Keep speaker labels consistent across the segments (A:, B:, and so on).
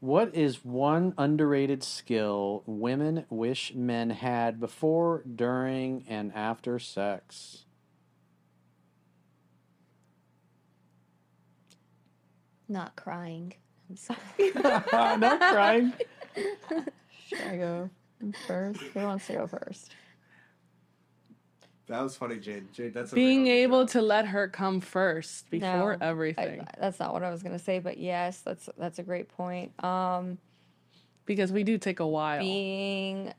A: What is one underrated skill women wish men had before, during, and after sex?
B: Not crying. I'm sorry.
A: no crying.
C: Should I go first? Who wants to go first?
D: That was funny, Jade. Jade, that's a
E: Being
D: real-
E: able to let her come first
C: No,
E: before
C: I-
E: everything.
C: I- that's not what I was gonna say, but yes, that's that's a great point. Um,
E: because we do take a while.
C: being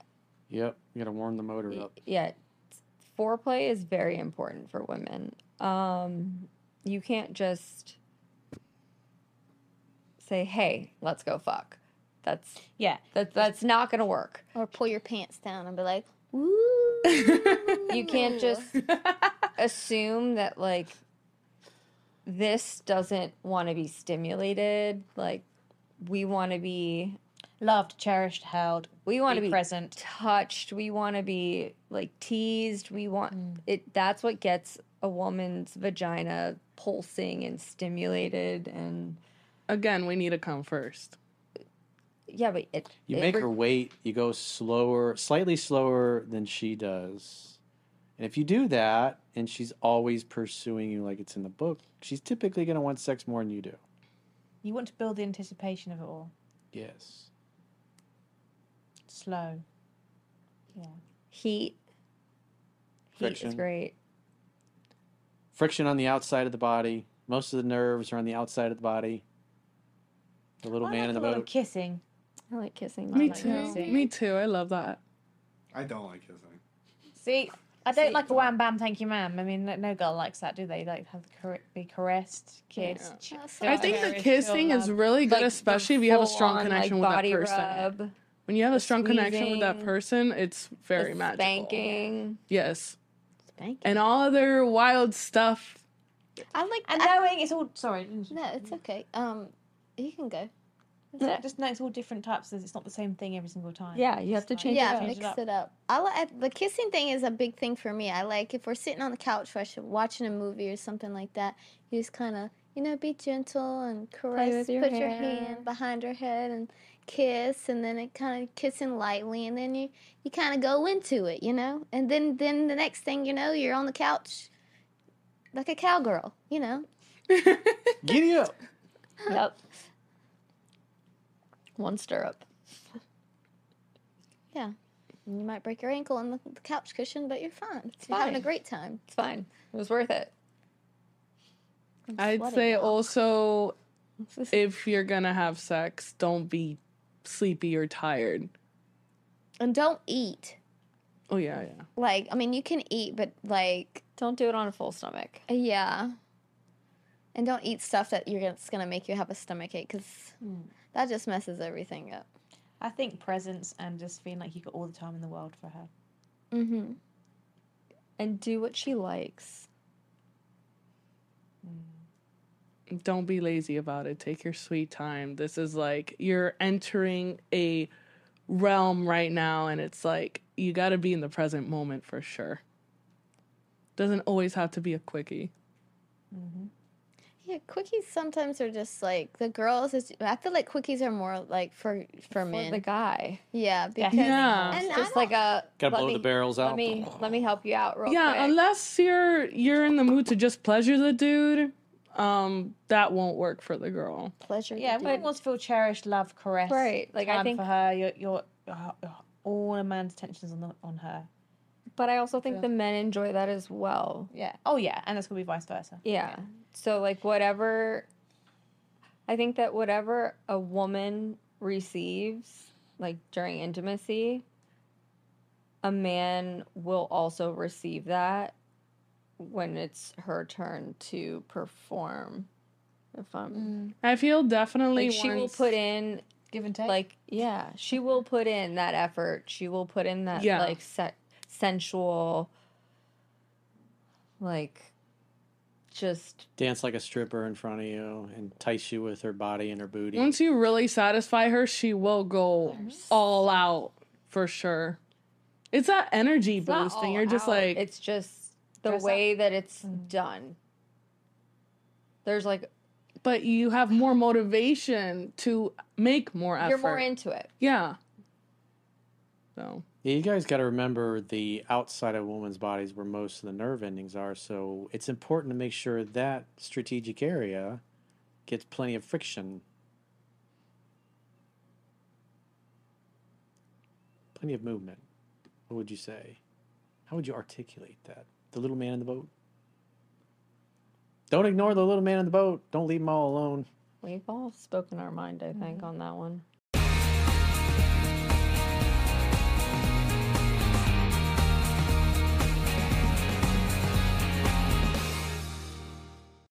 A: Yep, you gotta warm the motor up.
C: yeah, foreplay is very important for women. Um, you can't just say, "Hey, let's go fuck." That's
F: Yeah.
C: that, that's not gonna work.
B: Or pull your pants down and be like, woo.
C: You can't just assume that like this doesn't want to be stimulated. Like we want to be
F: Loved, cherished, held.
C: we want to be
F: present.
C: touched we want to be like teased we want
E: Hmm.
C: it that's what gets a woman's vagina pulsing and stimulated and
E: Again, we need to come first.
C: yeah but it
A: You
C: it
A: make
C: re-
A: her wait, you go slower, slightly slower than she does. And if you do that and she's always pursuing you like it's in the book, she's typically gonna want sex more than you do.
F: You want to build the anticipation of it all.
A: Yes.
F: Slow.
C: heat heat is
A: Friction.
C: great
A: friction on the outside of the body. Most of the nerves are on the outside of the body. The little
F: I
A: man
F: like
A: in the
F: a lot of
A: boat.
F: kissing.
C: i like kissing
E: Me
C: I like
E: too.
C: kissing.
E: Me too. I love that.
D: I don't like kissing.
F: See, I don't
C: See,
F: like a wham bam thank you ma'am. I mean, no- no girl likes that, do they? Like have the car- be caressed, kissed. ch-
B: That's
E: I think the
F: Very
E: kissing
F: chill
E: is
F: love.
E: really good,
C: Like, the
E: especially if you have a strong
C: full-on,
E: connection
C: like,
E: with that
C: body
E: person.
C: rub,
E: When you have a strong connection with that
C: squeezing,
E: person, it's very
C: the
E: magical.
C: spanking
E: Yes.
B: Spanking.
E: And all other wild stuff.
B: I like
F: And
B: I-
F: knowing it's all sorry, didn't you?
B: No, it's okay. Um, you can go.
F: No, just know it's all different types. It's not the same thing every single time.
C: yeah you have to
F: It's
C: change
F: like-
B: yeah,
C: it up.
F: change
B: mix
F: it up.
B: it up. I like the kissing thing is a big thing for me. I like if we're sitting on the couch watching watching a movie or something like that, you just kind of you know be gentle and caress,
C: with your
B: put your
C: hair.
B: hand behind her head and kiss, and then it kind of kissing lightly, and then you you kind of go into it, you know, and then then the next thing you know, you're on the couch like a cowgirl, you know.
A: Giddy up.
C: yep one stirrup
B: And you might break your ankle on the, the couch cushion, but you're fine. You're having a
C: fine.
B: great time.
C: it's fine it was worth it
B: I'm
E: I'd
B: sweating
E: say
B: now.
E: also if you're gonna have sex, don't be sleepy or tired.
B: and don't eat.
E: Oh yeah, yeah.
B: Like, I mean, you can eat, but like,
C: don't do it on a full stomach
B: yeah. And don't eat stuff that you're gonna, it's gonna make you have a stomach ache because that just messes everything up.
F: I think presence and just feeling like you got all the time in the world for her.
B: Mm-hmm.
C: and do what she likes
F: Mm.
E: don't be lazy about it. Take your sweet time. This is like you're entering a realm right now, and it's like you got to be in the present moment for sure. Doesn't always have to be a quickie.
B: Mm-hmm. Yeah, quickies sometimes are just like the girls. Is, I feel like quickies are more like for
C: for
B: for men.
C: the guy
B: yeah, because
E: Yeah.
B: and
C: just
B: I
C: like a
A: Gotta
C: let
A: blow
C: me-
A: the barrels
C: Let
A: out.
C: me let me help you out real
E: yeah,
C: quick.
E: unless you're you're in the mood to just pleasure the dude, um, that won't work don't for the girl.
B: don't pleasure.
F: Yeah,
B: the
F: everyone wants to feel cherished, loved, caressed.
C: Right, like, I
F: time
C: think-
F: for her, your your all a man's attention is on the, on her.
C: but I also think the men enjoy that as well.
F: Yeah. Oh yeah, and that's gonna be vice versa.
C: Yeah. So like whatever I think that whatever a woman receives like during intimacy a man will also receive that when it's her turn to perform if I'm
E: I feel definitely
C: like she will
E: once-
C: put in
F: give and take.
C: like yeah she will put in that effort she will put in that
E: Yeah.
C: like se- sensual like just
A: Dance like a stripper in front of you, entice you with her body and her booty.
E: Once you really satisfy her, she will go all out for sure. It's that energy
C: it's not
E: boost thing.
C: all
E: You're just
C: out,
E: like,
C: it's just the
F: Dress up.
C: way that it's done there's like
E: but you have more motivation to make more effort.
C: you're more into it
E: yeah. So
A: Yeah, you guys got to remember the outside of a woman's body is where most of the nerve endings are, so it's important to make sure that strategic area gets plenty of friction. Plenty of movement. What would you say? How would you articulate that? The little man in the boat? Don't ignore the little man in the boat. Don't leave him all alone.
C: we've all spoken our mind i think on that one